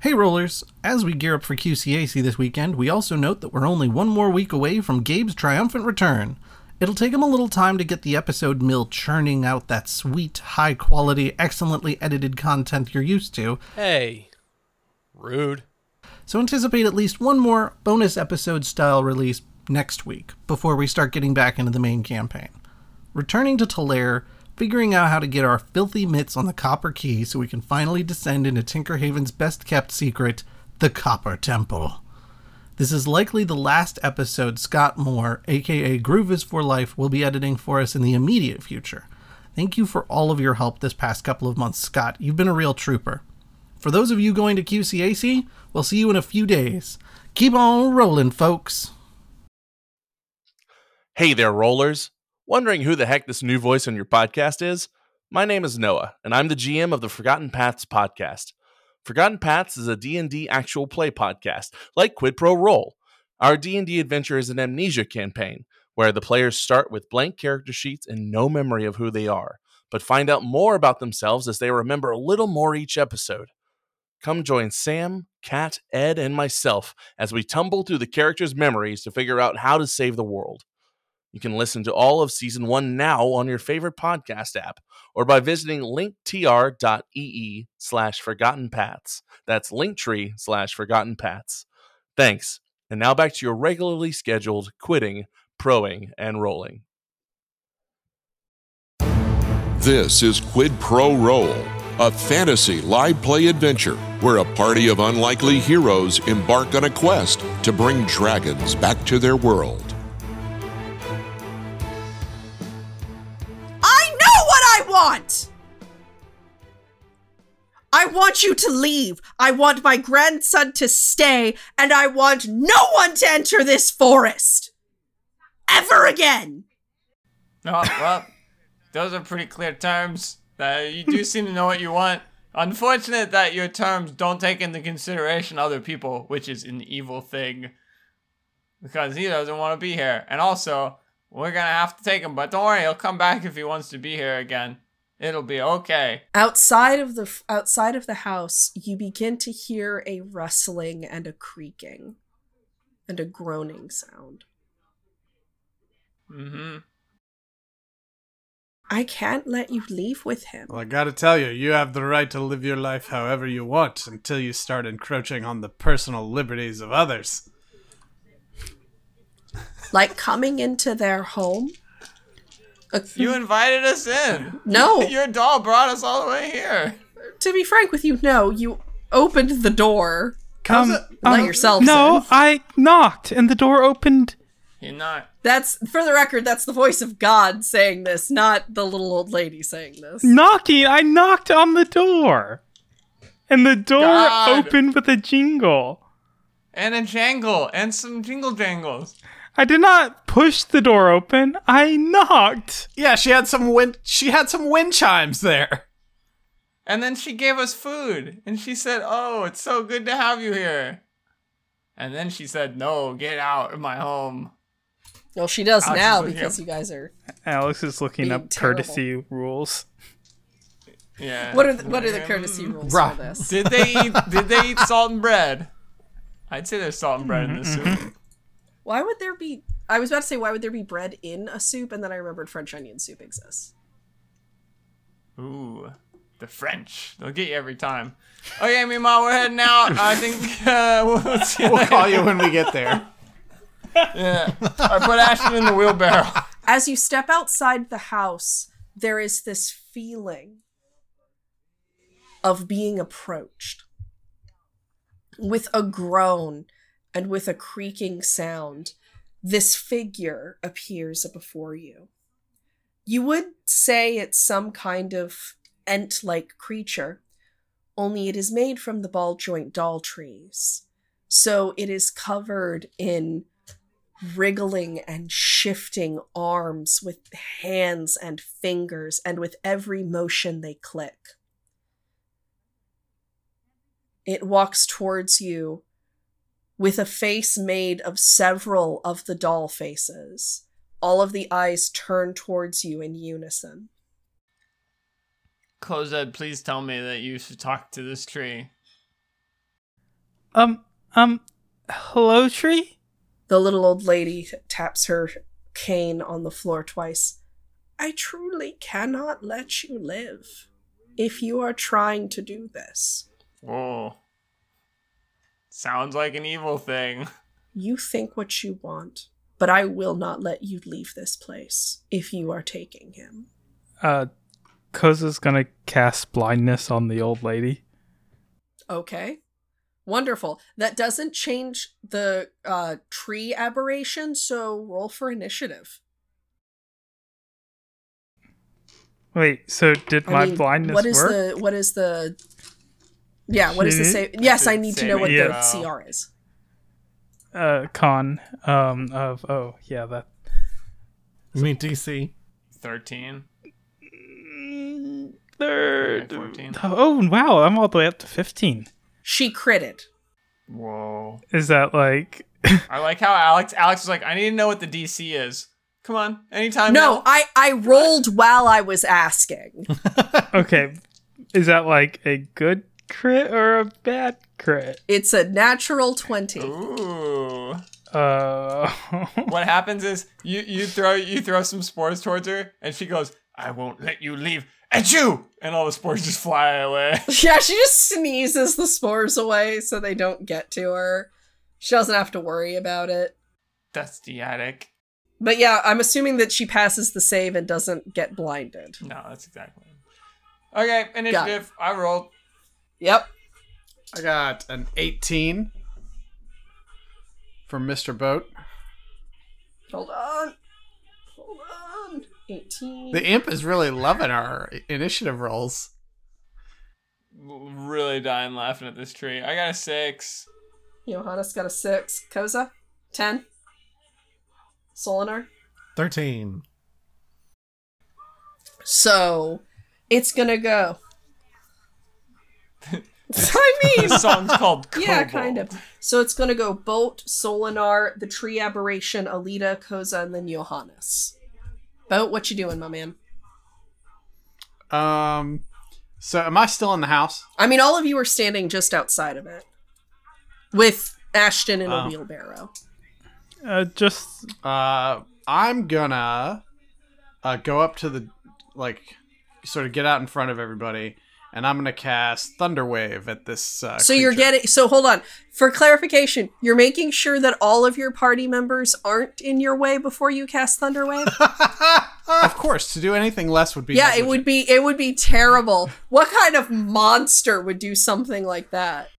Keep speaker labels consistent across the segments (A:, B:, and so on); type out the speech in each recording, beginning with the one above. A: Hey Rollers, as we gear up for QCAC this weekend, we also note that we're only one more week away from Gabe's triumphant return. It'll take him a little time to get the episode mill churning out that sweet, high quality, excellently edited content you're used to,
B: Hey. Rude.
A: so anticipate at least one more bonus episode style release next week before we start getting back into the main campaign. Returning to Talair, figuring out how to get our filthy mitts on the Copper Key so we can finally descend into Tinkerhaven's best kept secret, the Copper Temple. This is likely the last episode Scott Moore, aka Groove is for Life, will be editing for us in the immediate future. Thank you for all of your help this past couple of months, Scott. You've been a real trooper. For those of you going to QCAC, we'll see you in a few days. Keep on rolling, folks.
B: Hey there, rollers. Wondering who the heck this new voice on your podcast is? My name is Noah, and I'm the GM of the Forgotten Paths podcast. Forgotten Paths is a D&D actual play podcast, like Quid Pro Roll. Our D&D adventure is an amnesia campaign, where the players start with blank character sheets and no memory of who they are, but find out more about themselves as they remember a little more each episode. Come join Sam, Kat, Ed, and myself as we tumble through the characters' memories to figure out how to save the world. You can listen to all of season one now on your favorite podcast app or by visiting linktr.ee slash forgotten paths. That's linktree slash forgotten paths. Thanks. And now back to your regularly scheduled quitting, proing, and rolling.
C: This is Quid Pro Roll, a fantasy live play adventure where a party of unlikely heroes embark on a quest to bring dragons back to their world.
D: I know what I want! I want you to leave. I want my grandson to stay, and I want no one to enter this forest. Ever again.
E: Oh, well, those are pretty clear terms. Uh, you do seem to know what you want. Unfortunate that your terms don't take into consideration other people, which is an evil thing. Because he doesn't want to be here. And also, we're going to have to take him, but don't worry, he'll come back if he wants to be here again. It'll be okay.
D: Outside of the outside of the house, you begin to hear a rustling and a creaking and a groaning sound.
E: Mm hmm.
D: I can't let you leave with him.
F: Well, I gotta tell you, you have the right to live your life however you want until you start encroaching on the personal liberties of others.
D: Like coming into their home? A-
E: You invited us in.
D: no.
E: Your doll brought us all the way here.
D: to be frank with you, no, you opened the door.
G: Come,
D: Let
G: um,
D: yourselves
G: No,
D: in.
G: I knocked and the door opened.
E: You're not.
D: That's for the record, that's the voice of God saying this, not the little old lady saying this.
G: Knocking, I knocked on the door, and the door
E: God.
G: opened with a jingle.
E: And a jangle, and some jingle jangles.
G: I did not push the door open. I knocked.
F: Yeah, she had some wind. She had some wind chimes there.
E: And then she gave us food. And she said, Oh, it's so good to have you here. And then she said, No, get out of my home.
D: Well, she does
E: Alex
D: now
E: is with
D: because
E: you.
D: you guys are.
G: Alex is looking
D: Being
G: up
D: terrible.
G: courtesy rules.
E: Yeah.
D: What are the, what are the courtesy rules
F: Right.
D: for this?
E: Did they eat did they eat salt and bread? I'd say there's salt and bread in the soup.
D: Why would there be? I was about to say why would there be bread in a soup, and then I remembered French onion soup exists.
E: Ooh. The French. They'll get you every time. Okay, Mima, we're heading out. I think uh, we'll, we'll see you
F: We'll
E: later.
F: call you when we get there.
E: Yeah. I put Ashton in the wheelbarrow.
D: As you step outside the house, there is this feeling of being approached with a groan and with a creaking sound. This figure appears before you. You would say it's some kind of ant like creature, only it is made from the ball joint doll trees. So it is covered in wriggling and shifting arms with hands and fingers, and with every motion they click. It walks towards you with a face made of several of the doll faces. All of the eyes turn towards you in unison.
E: Close Ed, please tell me that you should talk to this tree.
G: Um, um, hello, tree?
D: The little old lady taps her cane on the floor twice. I truly cannot let you live if you are trying to do this.
E: Whoa. Sounds like an evil thing.
D: You think what you want, but I will not let you leave this place if you are taking him.
G: Uh, Koza's gonna cast blindness on the old lady.
D: Okay. Wonderful. That doesn't change the uh, tree aberration, so roll for initiative.
G: Wait, so did
D: I
G: my
D: mean,
G: blindness
D: what is
G: work?
D: the what is the yeah what is the
G: Mhm.
D: save yes i need to know what
G: Saving
D: the
E: throw.
D: cr is
G: Uh, con um of oh yeah that
A: I mean, DC.
E: 13.
G: third
E: 14.
G: oh wow I'm all the way up to fifteen.
D: she critted
E: Whoa.
G: Is that like
E: I like how Alex Alex was like, I need to know what the DC is. Come on, anytime.
D: no
E: now.
D: i i rolled while i was asking
G: okay? Is that like a good crit or a bad crit?
D: it's a natural 20
E: Ooh.
G: Uh,
E: What happens is you you throw you throw some spores towards her, and she goes, "I won't let you leave." At you, and all the spores just fly away.
D: yeah she just sneezes the spores away so they don't get to her she doesn't have to worry about it
E: That's the attic.
D: but yeah i'm assuming that she passes the save and doesn't get blinded
E: No, that's exactly. Okay, initiative. I rolled.
D: yep
F: I got an 18 from Mr. Boat.
D: hold on hold on 18
F: The imp is really loving our initiative rolls.
E: Really dying laughing at this tree. I got a six.
D: Johannes got a six. Koza, ten. Solinar.
A: 13.
D: So, it's gonna go. I mean,
E: This song's called Cobalt.
D: yeah, kind of. So it's gonna go Bolt, Solinar, the Tree Aberration, Alita, Koza, and then Johannes. Boat, what you doing, my man?
F: Um, so am I still in the house?
D: I mean, all of you are standing just outside of it, with Ashton in
F: Oh.
D: a wheelbarrow.
G: uh, just
F: Uh, I'm gonna uh, go up to the like, sort of get out in front of everybody, and I'm gonna cast Thunderwave at this. Uh,
D: so you're
F: creature.
D: getting so hold on for clarification you're making sure that all of your party members aren't in your way before you cast thunderwave
F: of course, to do anything less would be
D: yeah it
F: negligent.
D: would be it would be terrible what kind of monster would do something like that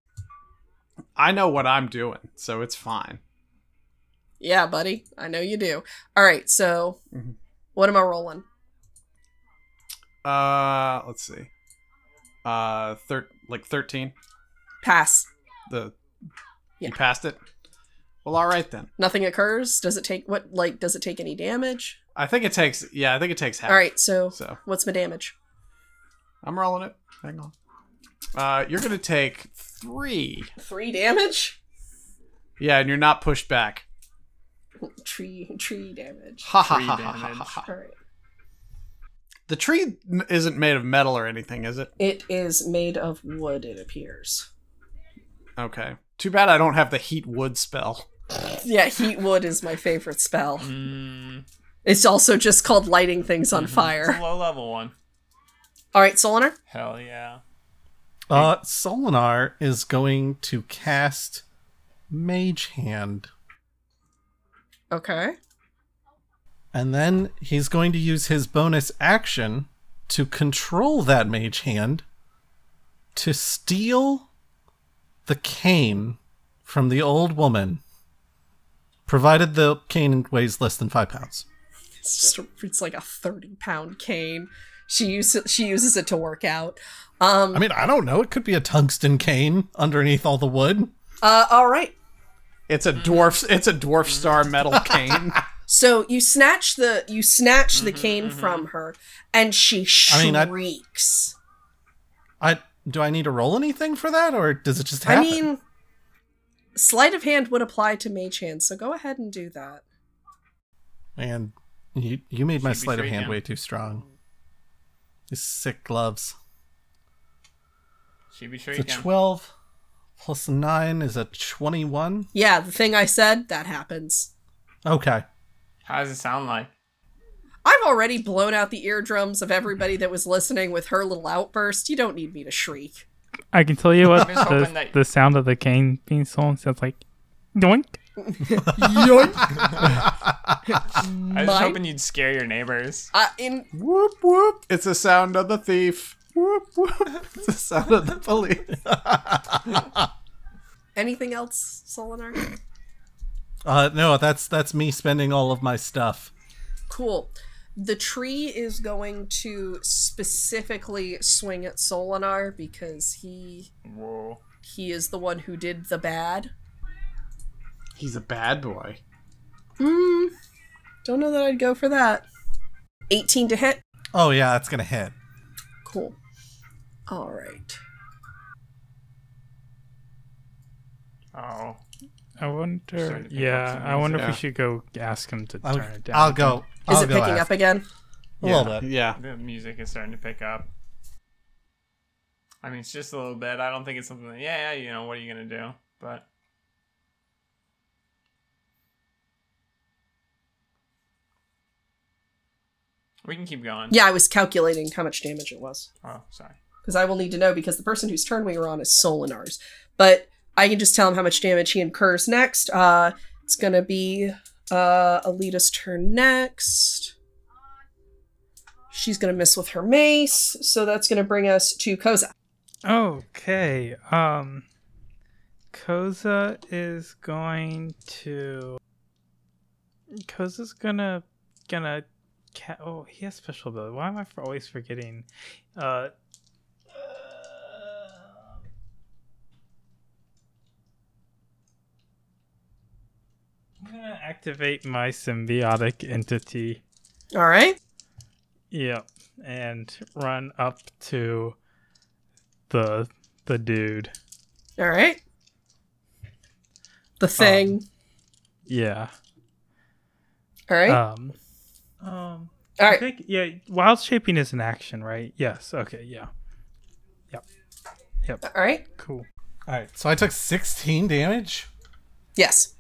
F: I know what I'm doing, so it's fine.
D: yeah buddy i know you do all right so
F: Mhm.
D: what am i rolling
F: Uh, let's see. Uh, thir- like thirteen.
D: pass
F: The
D: Yeah.
F: you passed it. Well, all right then.
D: nothing occurs does it take what like does it take any damage
F: I think it takes. Yeah, I think it takes half.
D: all right so
F: So
D: what's my damage
F: I'm rolling it. Hang on. Uh, you're gonna take three.
D: three damage
F: Yeah, and you're not pushed back.
D: tree tree damage
F: Ha ha
E: Three
F: ha ha ha
E: damage.
F: ha. ha.
D: all right
F: The tree n- isn't made of metal or anything, is it?
D: it is made of wood it appears
F: Okay. Too bad I don't have the heat wood spell.
D: Yeah, heat wood is my favorite spell.
E: Mm,
D: It's also just called lighting things on
F: Mm-hmm.
E: it's a
D: fire.
E: low level one.
D: All right, Solinar.
E: Hell yeah.
A: Uh, Solinar is going to cast Mage Hand,
D: Okay.
A: and then he's going to use his bonus action to control that Mage Hand to steal the cane from the old woman, provided the cane weighs less than five pounds.
D: It's just a, it's like a thirty pound cane. She uses she uses it to work out. Um.
A: I mean, I don't know. It could be a tungsten cane underneath all the wood.
D: Uh. All right.
F: It's a dwarf. It's a dwarf star metal cane.
D: So you snatch the you snatch the cane from her, and she
A: Mm-hmm, I mean,
D: shrieks.
A: I- I do I need to roll anything for that, or does it just
D: I
A: happen?
D: mean, sleight of hand would apply to Mage Hand, so go ahead and do that.
A: Man, you you made my
E: Should be
A: sleight of
E: three
A: hand
E: now.
A: way too strong. These sick gloves.
E: She be sure
A: It's
E: you
A: a
E: can.
A: twelve plus nine is a 21.
D: Yeah, the thing I said, that happens.
A: Okay.
E: How does it sound like?
D: I've already blown out the eardrums of everybody that was listening with her little outburst. You don't need me to shriek.
G: I can tell you what
E: I'm just hoping
G: the,
E: that-
G: the sound of the cane being stolen sounds like. Doink.
E: I was just
D: Mine?
E: hoping you'd scare your neighbors.
D: I, Uh, in
F: Whoop whoop! It's the sound of the thief. Whoop whoop! It's the sound of the police.
D: anything else, Solinar?
A: Uh, no, that's that's me spending all of my stuff.
D: Cool. The tree is going to specifically swing at Solinar because he
E: Whoa.
D: he is the one who did the bad.
F: He's a bad boy.
D: Hmm. Don't know that I'd go for that. 18 to hit.
A: Oh yeah, that's gonna hit.
D: Cool. All right.
E: Oh.
G: I
E: Starting
G: wonder.
E: to pick up
G: Yeah,
E: some
G: I wonder if
F: yeah.
G: we should go ask him to
A: I'll,
G: turn it down.
A: I'll go.
D: Is
A: I'll
D: it
A: go
D: picking
A: ask.
D: up again?
A: A
F: yeah.
A: little bit.
F: Yeah.
E: The music is starting to pick up. I mean, it's just a little bit. I don't think it's something that, yeah, yeah, you know, what are you going to do? But. We can keep going.
D: Yeah, I was calculating how much damage it was.
E: Oh, sorry.
D: because I will need to know because the person whose turn we were on is Solinar's. But I can just tell him how much damage he incurs next. Uh, it's gonna be uh, Alita's turn next. She's gonna miss with her mace, so that's gonna bring us to Koza.
G: Okay. Um Koza is going to Koza's gonna gonna ca- oh he has special ability. Why am I for always forgetting? Uh I'm gonna activate my symbiotic entity.
D: All right.
G: Yep, and run up to the the dude.
D: All right. The thing.
G: Yeah.
D: All right.
G: Um. Um.
D: All
G: I
D: right.
G: think yeah. Wild shaping is an action, right? Yes. Okay. Yeah.
D: All right.
G: Cool.
A: All right. So I took 16 damage.
D: Yes.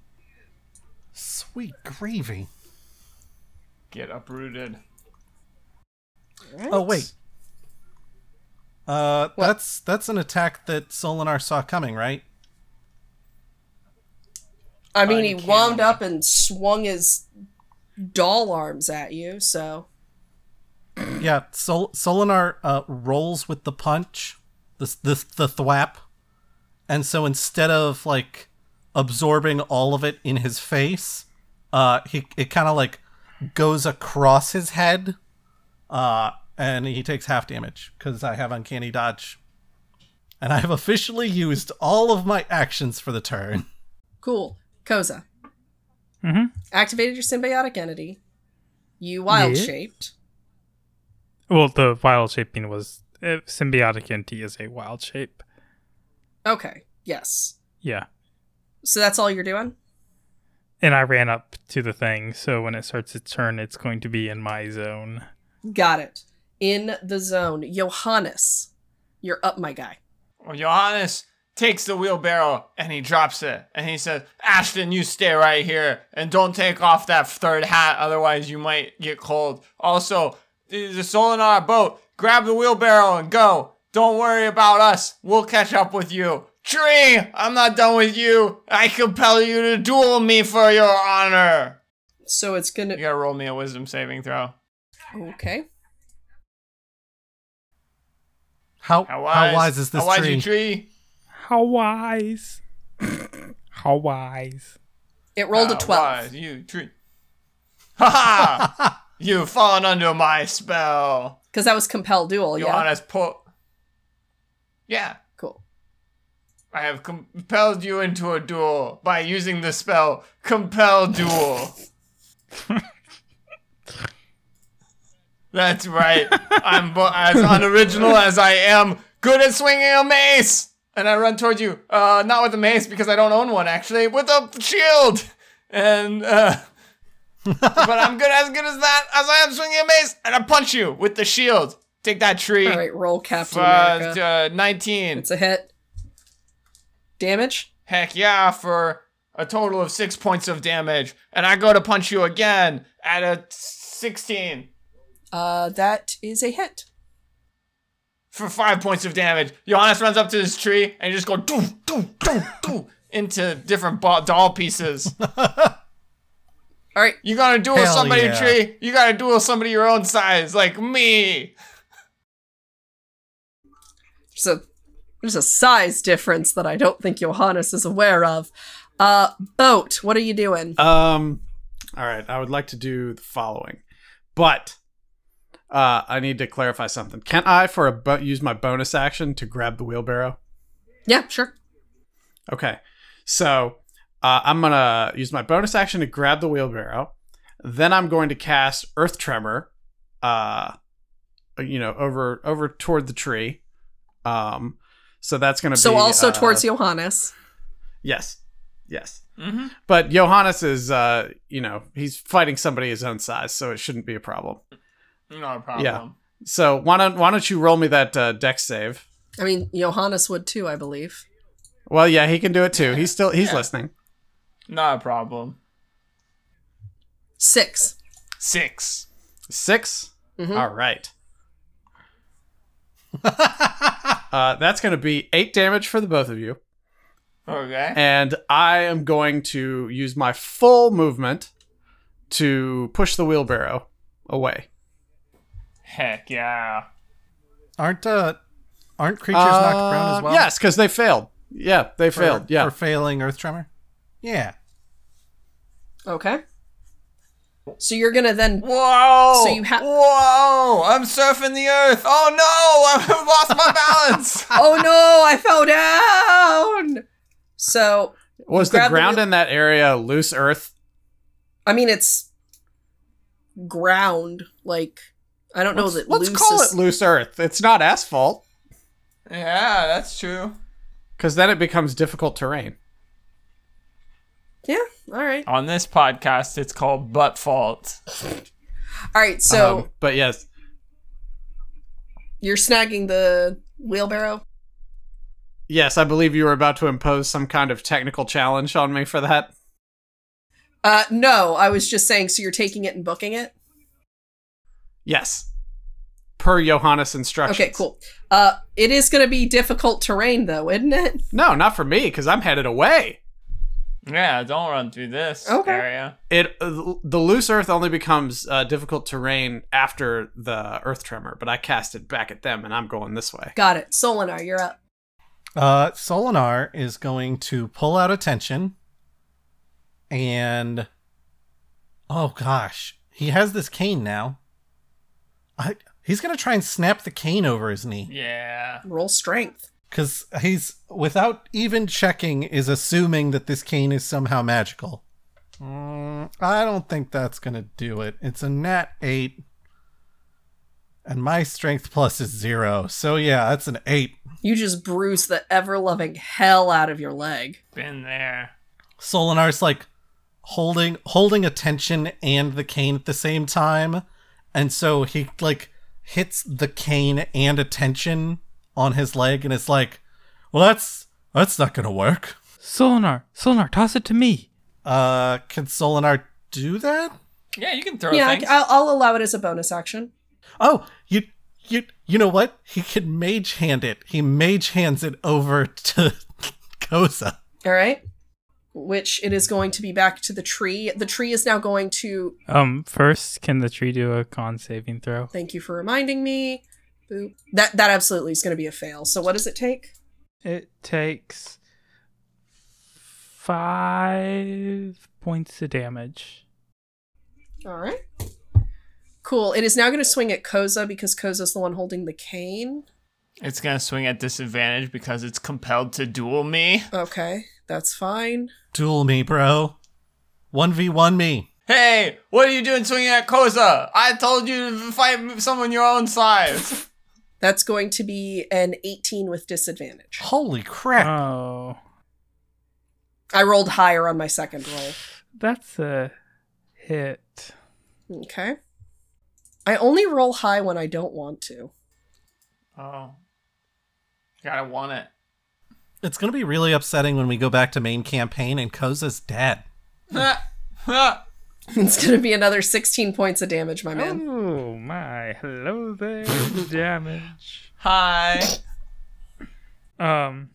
A: Sweet gravy.
E: Get uprooted.
A: Oh wait. Uh, that's that's an attack that Solinar saw coming, right?
D: I mean, he wound up and swung his doll arms at you, so.
A: Yeah. Sol- Solinar uh, rolls with the punch, the the the thwap, and so instead of like absorbing all of it in his face, uh, he it kind of like goes across his head, uh, and he takes half damage because I have uncanny dodge, and I have officially used all of my actions for the turn.
D: Cool. Koza.
G: Mhm.
D: Activated your symbiotic entity. You wild
G: Yeah.
D: shaped.
G: Well, the wild shaping was uh, symbiotic entity is a wild shape.
D: Okay. Yes.
G: Yeah.
D: So that's all you're doing?
G: And I ran up to the thing, so when it starts its turn, it's going to be in my zone.
D: Got it. In the zone. Johannes. You're up, my guy.
E: Well, Johannes takes the wheelbarrow and he drops it. And he says, Ashton, you stay right here and don't take off that third hat, otherwise, you might get cold. Also, the the Solinar boat, grab the wheelbarrow and go. Don't worry about us. We'll catch up with you. Tree, I'm not done with you. I compel you to duel me for your honor.
D: So it's gonna.
E: You gotta roll me a wisdom saving throw.
D: Okay.
A: How
E: How wise,
A: is this
E: how wise
A: tree?
E: You tree?
G: How wise. How wise.
D: It rolled a
E: Ah,
D: 12.
E: wise, you tree. Ha ha! You've fallen under my spell.
D: Because that was compel duel, Oh, yeah?
E: Johannes po- Yeah,
D: Cool.
E: I have compelled you into a duel by using the spell Compel Duel. That's right. I'm bo- as unoriginal as I am, good at swinging a mace. And I run towards you, uh, not with a mace because I don't own one actually, with a shield. And uh, but I'm good as good as that as I am swinging a mace, and I punch you with the shield. Take that tree.
D: All right, roll Captain
E: Uh,
D: America.
E: uh, 19.
D: It's a hit. Damage?
E: Heck yeah, for a total of six points of damage. And I go to punch you again at a 16
D: Uh, that is a hit.
E: for five points of damage. Johannes runs up to this tree and you just go doof, doof, doof, doof into different ball- doll pieces.
D: All right.
E: You gotta duel
A: Hell
E: somebody,
A: yeah.
E: tree. You gotta duel somebody your own size, like me.
D: There's a there's a size difference that I don't think Johannes is aware of. Uh, boat. What are you doing?
F: Um, all right. I would like to do the following, but uh, I need to clarify something. Can I, for a bo- use my bonus action to grab the wheelbarrow?
D: yeah, sure.
F: Okay. So uh, I'm gonna use my bonus action to grab the wheelbarrow. Then I'm going to cast Earth Tremor, uh, you know, over over toward the tree. Um, so that's gonna
D: So
F: be
D: also
F: uh,
D: towards Johannes.
F: Yes, yes.
E: Mm-hmm.
F: But Johannes is, uh, you know, he's fighting somebody his own size, so it shouldn't be a problem.
E: Not a problem.
F: Yeah. So why don't why don't you roll me that uh, deck save?
D: I mean, Johannes would too, I believe.
F: Well, yeah, he can do it too. He's still he's listening.
E: Not a problem.
D: Six.
E: Six.
F: 6
D: Mhm.
F: All right. uh, that's going to be eight damage for the both of you,
E: Okay.
F: and I am going to use my full movement to push the wheelbarrow away.
E: Heck yeah.
A: Aren't uh, aren't creatures knocked prone as
F: Uh,
A: well?
F: Yes, because they failed. Yeah, they
A: For-
F: failed. Yeah.
A: for failing Earth Tremor. Yeah,
D: Okay. So you're gonna then
E: Whoa!
D: So you ha-
E: Whoa! I'm surfing the earth. Oh no! I've lost my balance.
D: oh no, I fell down. So,
F: Was the
D: grab the
F: ground
D: wheel-
F: in that area loose earth?
D: I mean, it's ground. Like, I don't know that.
F: Let's
D: loose
F: call
D: is-
F: it loose earth. It's not asphalt,
E: yeah, that's true.
F: because then it becomes difficult terrain.
D: Yeah. All right.
E: On this podcast, it's called butt fault.
D: All right. So
F: Um, but yes,
D: you're snagging the wheelbarrow.
F: yes, I believe you were about to impose some kind of technical challenge on me for that.
D: Uh, no, I was just saying. So you're taking it and booking it.
F: Yes. Per Johannes instructions.
D: Okay, cool. Uh, it is going to be difficult terrain, though, isn't it?
F: No, not for me, because I'm headed away.
E: Yeah, don't run through this
D: Okay.
E: area.
F: It uh, the loose earth only becomes uh, difficult terrain after the earth tremor, but I cast it back at them, and I'm going this way.
D: Got it. Solinar, you're up.
A: Uh, Solinar is going to pull out attention and oh gosh, he has this cane now. I he's gonna try and snap the cane over his knee
E: Yeah.
D: Roll strength.
A: because he's without even checking is assuming that this cane is somehow magical. Mm, I don't think that's gonna do it. It's a nat eight, and my strength plus is zero, so yeah, that's an eight.
D: You just bruise the ever loving hell out of your leg.
E: Been there.
A: Solinar's like holding holding attention and the cane at the same time, and so he like hits the cane and attention on his leg, and it's like, well, that's that's not gonna work.
G: Solinar, Solinar, toss it to me.
A: Uh, can Solinar do that?
E: Yeah, you can throw
D: yeah, I,
E: things.
D: I'll, I'll allow it as a bonus action.
A: Oh, you you you know what? He can mage hand it. He mage hands it over to Koza.
D: All right. Which it is going to be back to the tree. The tree is now going to.
G: Um, first, can the tree do a con saving throw?
D: Thank you for reminding me. Boop. That that absolutely is going to be a fail. So what does it take?
G: It takes five points of damage.
D: All right. Cool. It is now going to swing at Koza because Koza's the one holding the cane.
E: it's gonna swing at disadvantage because it's compelled to duel me.
D: Okay, that's fine.
A: Duel me, bro. One v one me.
E: Hey, what are you doing swinging at Koza? I told you to fight someone your own size.
D: That's going to be an 18 with disadvantage.
A: Holy crap!
G: Oh,
D: I rolled higher on my second roll.
G: that's a hit.
D: Okay. I only roll high when I don't want to.
E: oh, gotta want it.
A: It's going to be really upsetting when we go back to main campaign and Koza's dead.
D: It's gonna be another sixteen points of damage, my man.
G: Oh my, hello there, damage.
E: Hi.
G: Um,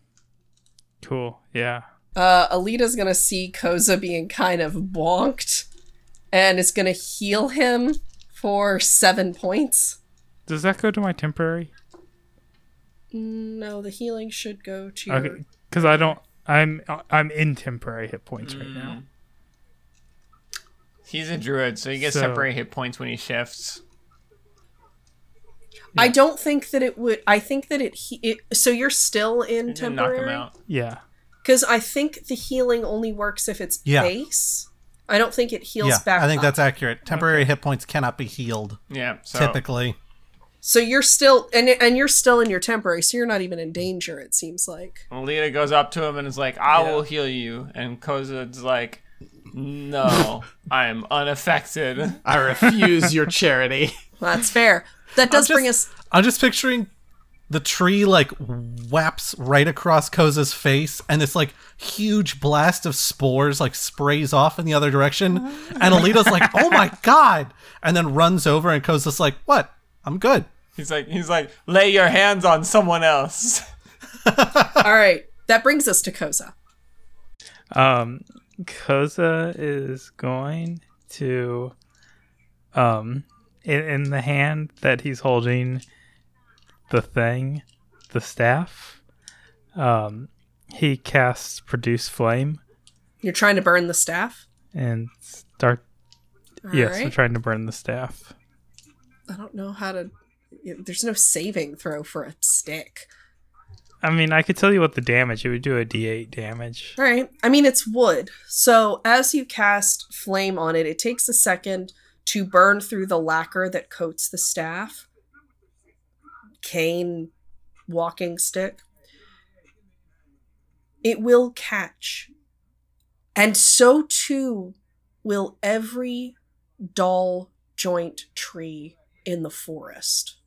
G: cool. Yeah.
D: Uh, Alita's gonna see Koza being kind of bonked, and is gonna heal him for seven points.
G: Does that go to my temporary?
D: No, the healing should go to. your-
G: Okay, because I don't. I'm I'm in temporary hit points right now.
E: He's a druid, so he gets
G: So-
E: temporary hit points when he shifts.
D: I don't think that it would. I think that it, he- it. So you're still in
E: And then knock him
D: temporary
E: out.
G: Yeah.
D: because I think the healing only works if it's
A: Yeah.
D: base. I don't think it heals
A: yeah,
D: back.
A: I think
D: up.
A: that's accurate. Temporary hit points cannot be healed
E: Yeah. So
A: typically.
D: So you're still and and you're still in your temporary, so you're not even in danger. It seems like.
E: Alita goes up to him and is like, "I will heal you," and Koza's like, "No, I am unaffected."
F: I refuse your charity.
D: Well, that's fair. That does bring us.
A: I'm just picturing the tree like whaps right across Koza's face, and this like huge blast of spores like sprays off in the other direction.
D: Uh-huh.
A: And Alita's like, "Oh my god!" and then runs over, and Koza's like, "What? I'm good."
E: He's like, he's like, "Lay your hands on someone else."
D: All right, that brings us to Koza.
G: Um, Koza is going to, um, in, in the hand that he's holding the thing, the staff, um, he casts Produce Flame
D: You're trying to burn the staff.
G: and start.
D: All
G: yes, I'm
D: right.
G: trying to burn the staff.
D: I don't know how to. There's no saving throw for a stick.
G: I mean, I could tell you what the damage. It would do a d8 damage.
D: All right. I mean, it's wood. So as you cast flame on it, it takes a second to burn through the lacquer that coats the staff, cane, walking stick. It will catch. And so too will every dull joint tree in the forest.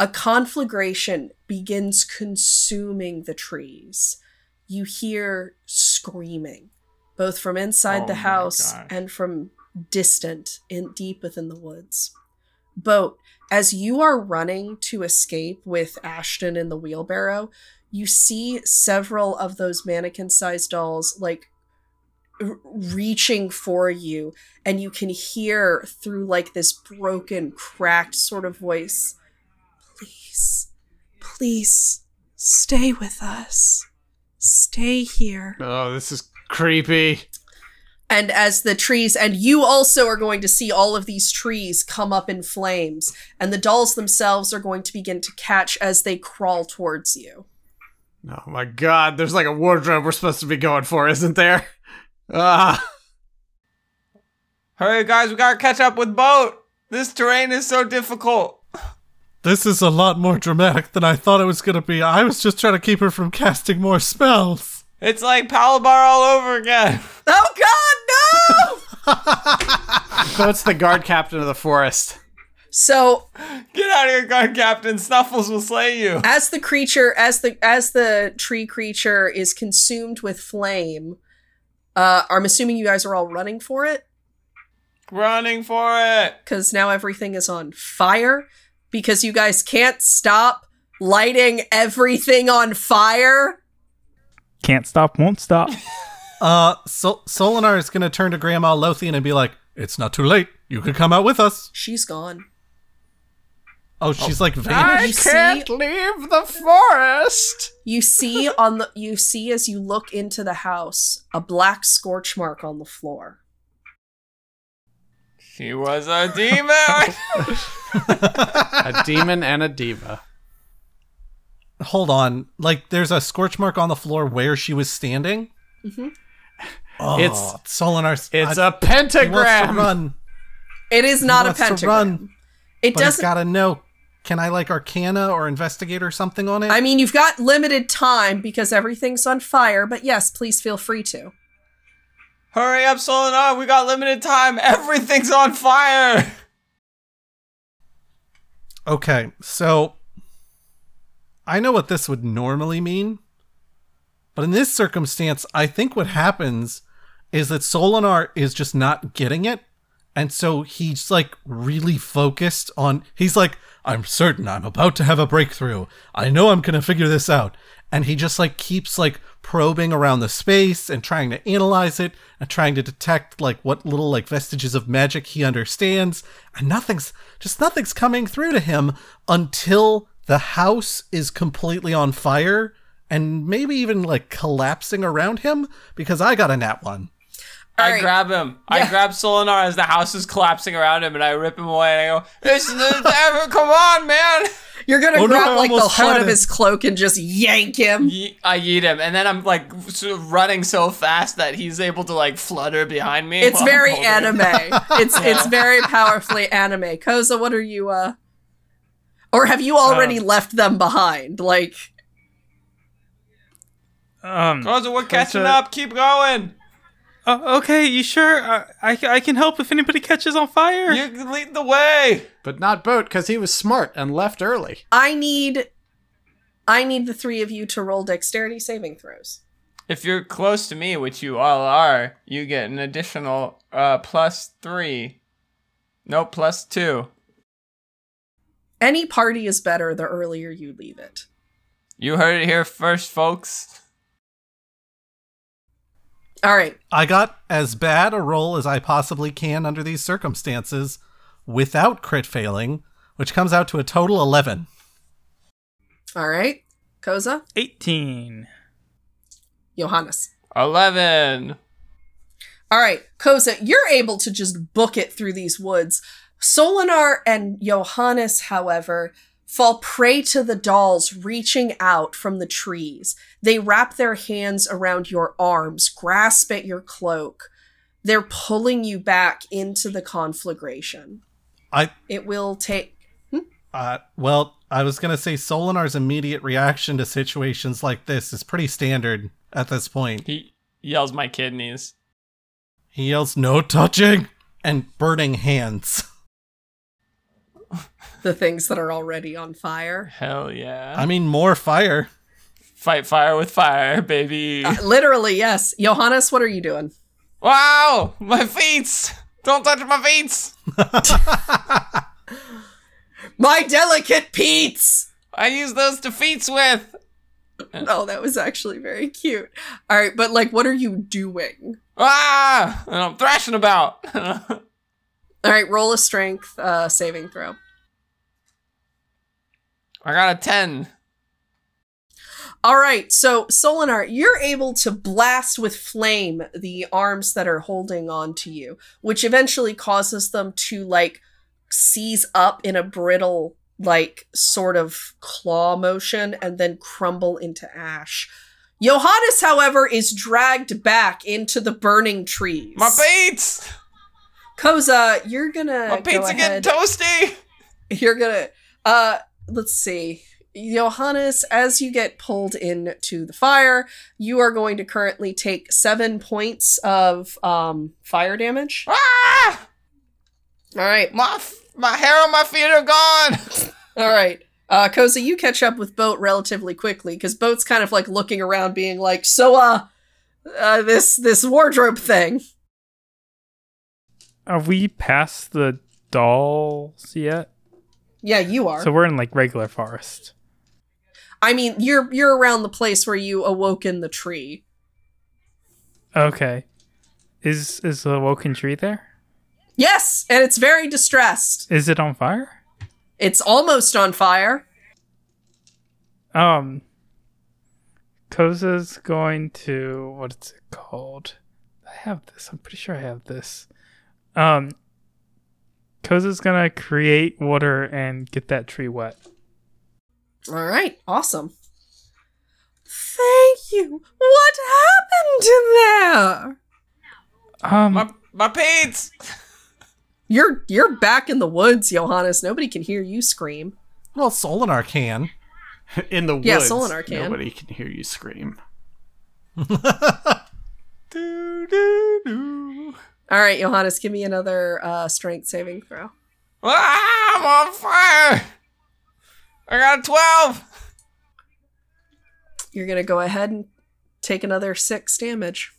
D: A conflagration begins consuming the trees. You hear screaming, both from inside
E: Oh
D: the
E: my
D: house
E: gosh.
D: and from distant in deep within the woods. Boat, as you are running to escape with Ashton in the wheelbarrow, you see several of those mannequin-sized dolls like r- reaching for you and you can hear through like this broken cracked sort of voice please please stay with us stay here
F: Oh, this is creepy.
D: and as the trees and you also are going to see all of these trees come up in flames and the dolls themselves are going to begin to catch as they crawl towards you
F: Oh my god, there's like a wardrobe we're supposed to be going for, isn't there? Ah,
E: Hurry, guys, we gotta catch up with boat. This terrain is so difficult.
A: This is a lot more dramatic than I thought it was going to be. I was just trying to keep her from casting more spells.
E: It's like Palabar all over again.
D: oh god no
F: so it's the guard captain of the forest.
D: so
E: Get out of here, guard captain. Snuffles will slay you.
D: as the creature as the as the tree creature is consumed with flame uh i'm assuming you guys are all running for it
E: Running for it.
D: because now everything is on fire because you guys can't stop lighting everything on fire
G: Can't stop, won't stop.
A: Uh, Sol- Solinar is going to turn to Grandma Lothian and be like, "It's not too late. You could come out with us."
D: she's gone
A: Oh, she's like vanished.
F: I
D: You see-
F: can't leave the forest.
D: you see on the you see as you look into the house a black scorch mark on the floor
E: She was a demon.
F: A demon and a diva.
A: Hold on. Like, there's a scorch mark on the floor where she was standing.
D: Mm-hmm.
A: Oh,
F: It's-
A: it's Solinar.
F: It's
A: a
F: a pentagram.
A: run.
D: it is not a
A: wants to
D: pentagram
A: run,
D: it
A: But it's
D: doesn't
A: gotta know. Can I like Arcana or Investigate or something on it?
D: i mean you've got limited time because everything's on fire but yes please feel free to
E: Hurry up, Solinar. We got limited time. Everything's on fire.
A: okay, so I know what this would normally mean, but in this circumstance, I think what happens is that Solinar is just not getting it. And so he's like really focused on, he's like, I'm certain I'm about to have a breakthrough. I know I'm going to figure this out. And he just like keeps like probing around the space and trying to analyze it and trying to detect like what little like vestiges of magic he understands. And nothing's just nothing's coming through to him until the house is completely on fire and maybe even like collapsing around him because I got a nat one.
E: I
D: Alright.
E: grab him. I grab Solinar as the house is collapsing around him, and I rip him away. And I go, "This is come on, man!"
D: You're gonna
A: Oh, no,
D: grab
A: I
D: like the
A: almost had
D: hood of
A: it.
D: his cloak and just yank him.
E: Ye- I eat him, and then I'm like sort of running so fast that he's able to like flutter behind me.
D: It's
E: while I'm
D: very
E: holding him.
D: anime. It's it's very powerfully anime. Koza, what are you uh or have you already left them behind? Like
G: Um,
E: Rosa, we're catching
G: Koza-
E: up. Keep going.
G: oh, okay, you sure? Uh, I, I can help if anybody catches on fire.
E: You can lead the way.
F: But not Boat, because he was smart and left early.
D: I need I need the three of you to roll dexterity saving throws.
E: If you're close to me, which you all are, you get an additional uh, plus three. No, plus two.
D: Any party is better the earlier you leave it.
E: You heard it here first, folks.
D: All right.
A: I got as bad a roll as I possibly can under these circumstances without crit failing, which comes out to a total 11.
D: All right. Koza,
G: 18.
D: Johannes.
E: 11.
D: All right, Koza, you're able to just book it through these woods. Solinar and Johannes, however, fall prey to the dolls reaching out from the trees. They wrap their hands around your arms, grasp at your cloak. They're pulling you back into the conflagration.
A: I,
D: It will take.
A: uh, well, I was going to say Solinar's immediate reaction to situations like this is pretty standard at this point.
E: He yells my kidneys.
A: He yells, No touching! and burning hands.
D: The things that are already on fire.
E: Hell yeah.
A: I mean, more fire.
E: Fight fire with fire, baby.
D: Uh, literally, yes. Johannes, what are you doing?
E: wow! My feet! Don't touch my feet!
D: My delicate Pete's!
E: I use those to feats with!
D: Oh, that was actually very cute. All right, but like, what are you doing?
E: Ah! And I'm thrashing about!
D: All right, roll a strength uh, saving throw.
E: I got a 10.
D: All right, so Solinar, you're able to blast with flame the arms that are holding on to you, which eventually causes them to like seize up in a brittle, like sort of claw motion and then crumble into ash. Johannes, however, is dragged back into the burning trees.
E: My feet!
D: Koza, you're gonna
E: My
D: go
E: feet's are
D: ahead.
E: getting toasty!
D: you're gonna uh let's see johannes as you get pulled into the fire you are going to currently take seven points of um fire damage
E: Ah!
D: all right
E: My, f- my hair on my feet are gone!
D: all right uh koza you catch up with boat relatively quickly because boat's kind of like looking around being like so uh, uh this this wardrobe thing
G: Are we past the dolls yet?
D: yeah you are
G: So we're in like regular forest.
D: i mean you're you're around the place where you awoke in the tree
G: Okay. Is is the woken tree there?
D: yes and it's very distressed
G: Is it on fire?
D: it's almost on fire
G: Um Koza's going to what's it called? I have this. I'm pretty sure I have this. Um Koza's gonna create water and get that tree wet.
D: All right, awesome. Thank you. What happened in there?
G: Um
E: My, my feet!
D: You're you're back in the woods, Johannes. Nobody can hear you scream.
A: Well, Solinar can.
F: In the
D: Yeah,
F: woods,
D: Solinar can.
F: nobody can hear you scream.
E: Do, do, do.
D: All right, Johannes, give me another uh, strength saving throw.
E: Ah, I'm on fire! I got a 12!
D: You're going to go ahead and take another six damage.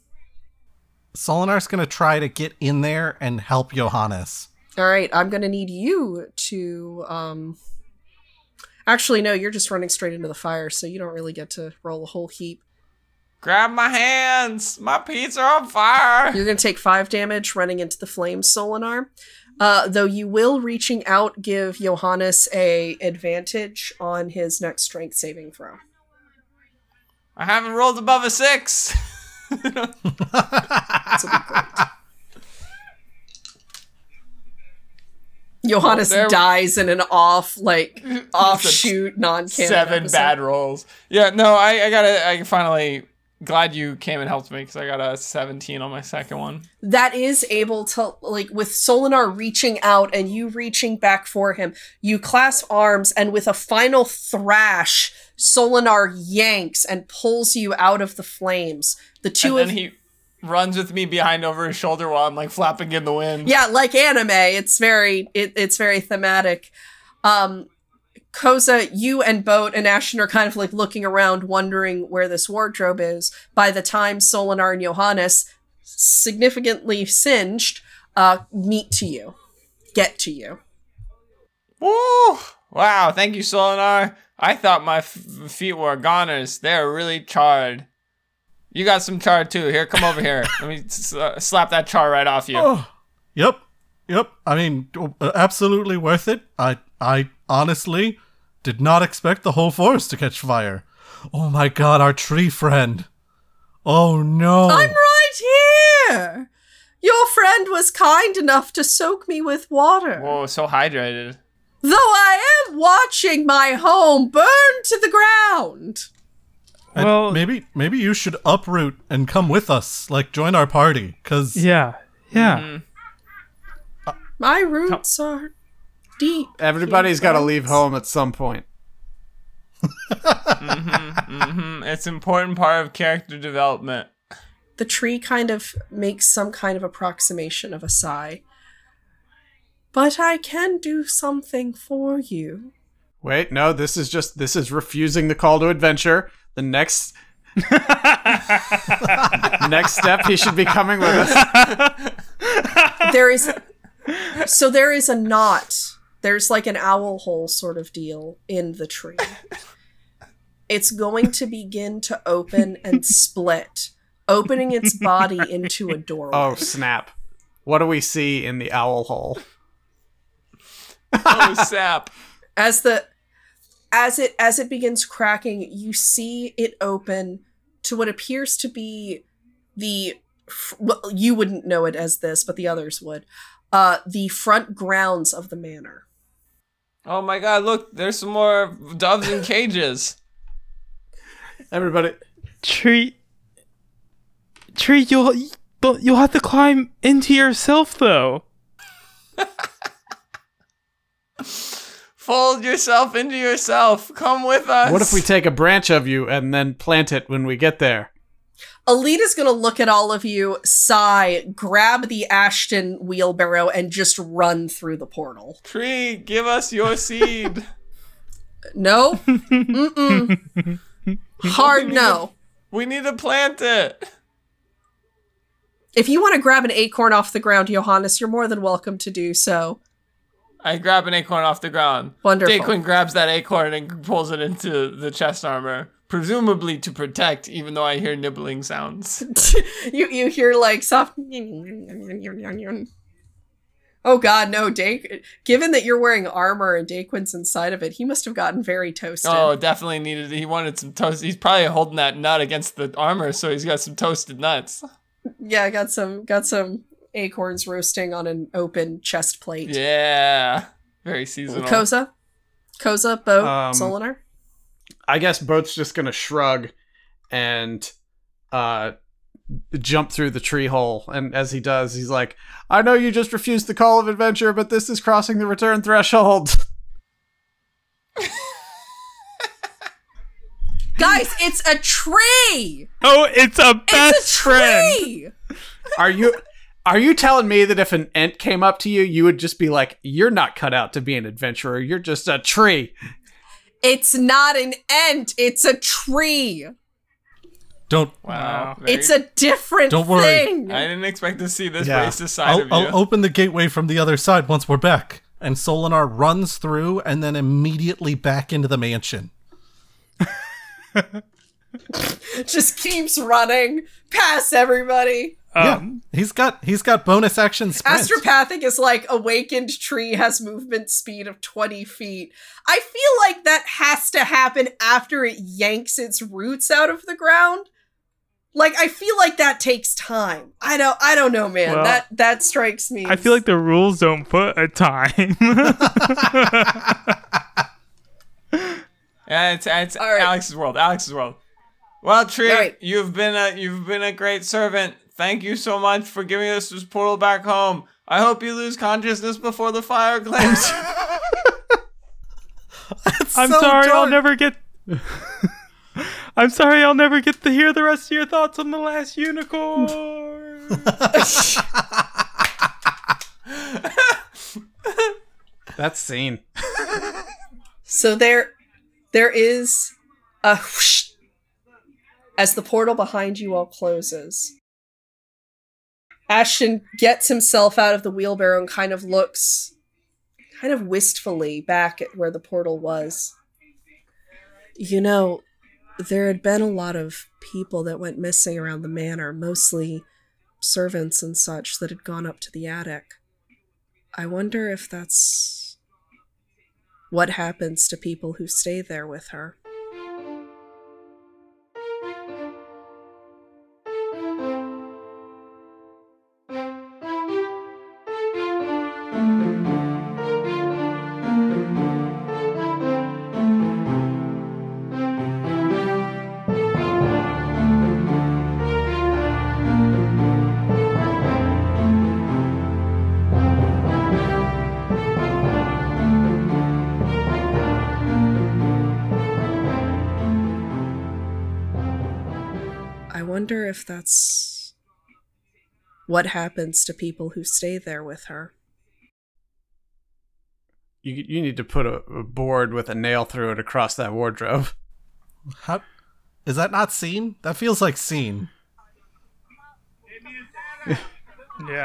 A: Solinar's going to try to get in there and help Johannes.
D: All right, I'm going to need you to. Um, actually, no, you're just running straight into the fire, so you don't really get to roll a whole heap.
E: Grab my hands. My pizza on fire.
D: You're going to take five damage running into the flames, Solinar. Uh, though you will reaching out give Johannes a advantage on his next strength saving throw.
E: I haven't rolled above a six.
D: Johannes
E: Oh, There-
D: dies in an off like offshoot non canon
E: Seven bad rolls. Yeah, no, I, I gotta. I finally. Glad you came and helped me because I got a 17 on my second one.
D: that is able to like with Solinar reaching out and you reaching back for him, you clasp arms and with a final thrash, Solinar yanks and pulls you out of the flames. The two of
E: and then he runs with me behind over his shoulder while I'm like flapping in the wind.
D: yeah, like anime, it's very it, it's very thematic. Um Koza, you and Boat and Ashton are kind of like looking around, wondering where this wardrobe is. By the time Solinar and Johannes, significantly singed, uh, meet to you, get to you.
E: Woo! Wow, thank you, Solinar. I thought my f- feet were goners. They're really charred. You got some char too. Here, come over here. Let me s- uh, slap that char right off you.
D: Oh.
A: Yep. Yep. I mean, uh, absolutely worth it. I I honestly did not expect the whole forest to catch fire. Oh my god, our tree friend. Oh no.
D: I'm right here. Your friend was kind enough to soak me with water.
E: Whoa, so hydrated.
D: Though I am watching my home burn to the ground.
A: And
G: Well-
A: maybe maybe you should uproot and come with us, like join our party, cuz
G: Yeah. Yeah.
D: My roots are deep.
F: Everybody's got to leave home at some point.
E: Mm, It's an important part of character development.
D: The tree kind of makes some kind of approximation of a sigh. But I can do something for you.
F: Wait, no, this is just this is refusing the call to adventure. The next next step, he should be coming with us.
D: There is so there is a knot. There's like an owl hole sort of deal in the tree. It's going to begin to open and split, opening its body into a doorway.
F: Oh snap! What do we see in the owl hole?
E: Oh, sap.
D: as the as it as it begins cracking you see it open to what appears to be the f- well you wouldn't know it as this but the others would uh the front grounds of the manor
E: Oh my god, look, there's some more doves in cages.
F: Everybody,
G: Tree. Tree, you'll but you'll have to climb into yourself though.
E: Fold yourself into yourself. Come with us.
F: what if we take a branch of you and then plant it when we get there?
D: alita's gonna look at all of you sigh grab the ashton wheelbarrow and just run through the portal
E: Tree, give us your seed.
D: no Mm-mm. hard no
E: we need to plant it.
D: if you want to grab an acorn off the ground johannes you're more than welcome to do so
E: I grab an acorn off the ground.
D: Wonderful.
E: Daquin grabs that acorn and pulls it into the chest armor, presumably to protect, even though I hear nibbling sounds.
D: you you hear like soft. Oh God, no, Dake. Given that you're wearing armor and Daquin's inside of it, he must have gotten very toasted.
E: Oh, definitely needed. He wanted some toast. He's probably holding that nut against the armor, so he's got some toasted nuts.
D: Yeah, I got some got some acorns roasting on an open chest plate.
E: Yeah. Very seasonal.
D: Koza, Koza, Bo,
F: Um,
D: Solinar.
F: I guess Boat's just gonna shrug and uh jump through the tree hole and as he does he's like i know you just refused the call of adventure but this is crossing the return threshold
D: Guys, it's a tree.
G: Oh, it's a best
D: It's a
G: friend.
D: tree.
F: are you are you telling me that if an ent came up to you you would just be like you're not cut out to be an adventurer you're just a tree
D: It's not an ant. It's a tree.
A: Don't.
E: Wow.
G: Wow.
E: there
D: it's
E: you-
D: a different
A: Don't worry.
D: thing.
E: I didn't expect to see this
F: Yeah.
E: racist side
G: Oh,
A: I'll,
E: of you.
A: I'll open the gateway from the other side once we're back. And Solinar runs through and then immediately back into the mansion.
D: Just keeps running past everybody.
G: Um,
A: yeah, he's got he's got bonus action sprint.
D: Astropathic is like awakened tree has movement speed of 20 feet. I feel like that has to happen after it yanks its roots out of the ground. Like I feel like that takes time. I don't I don't know, man.
G: Well,
D: that that strikes me.
G: I feel like the rules don't put a time.
E: Yeah, it's it's
D: All right.
E: Alex's world. Alex's world. Well, Tree,
D: All right.
E: you've been a you've been a great servant. Thank you so much for giving us this portal back home. I hope you lose consciousness before the fire claims. you.
G: I'm
A: So
G: sorry,
A: dark.
G: I'll never get. I'm sorry, I'll never get to hear the rest of your thoughts on the last unicorn.
F: That scene.
D: So there there is a whoosh as the portal behind you all closes. Ashton gets himself out of the wheelbarrow and kind of looks kind of wistfully back at where the portal was. You know, there had been a lot of people that went missing around the manor, mostly servants and such that had gone up to the attic. I wonder if that's what happens to people who stay there with her. I wonder if that's what happens to people who stay there with her.
F: You you need to put a, a board with a nail through it across that wardrobe.
A: How, is that not seen? That feels like seen.
G: yeah.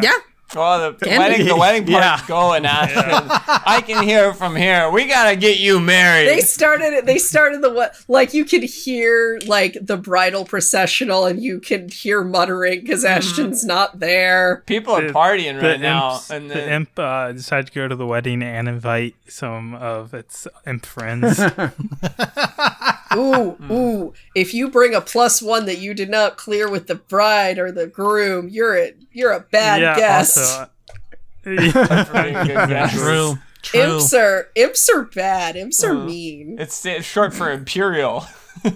D: Yeah.
E: oh, the, the
D: Can
E: wedding,
D: we?
E: the wedding party's
F: Yeah.
E: going, Ashton. I can hear it from here. We gotta get you married.
D: They started it they started the what like you could hear like the bridal processional and you can hear muttering because Ashton's not there.
E: People are
G: The-
E: partying
G: the
E: right now,
G: imps-
E: and
G: the
E: then
G: imp uh, decided to go to the wedding and invite some of its imp friends.
D: Ooh, Ah, ooh. If you bring a plus one that you did not clear with the bride or the groom, you're a you're a bad guest.
G: also, uh,
E: pretty good guess.
A: True. True.
D: imps are imps are bad. Imps are
E: Uh,
D: mean.
E: It's, it's short for imperial.
A: All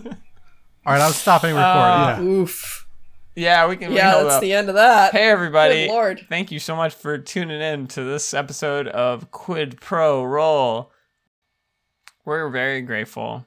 A: right, I'm stopping recording.
D: Uh,
F: yeah.
G: uh,
D: Oof.
E: Yeah, we can. we
D: Yeah,
E: can hold
D: that's
E: up.
D: the end of that.
E: Hey everybody!
D: Good lord.
E: Thank you so much for tuning in to this episode of Quid Pro Roll. We're very grateful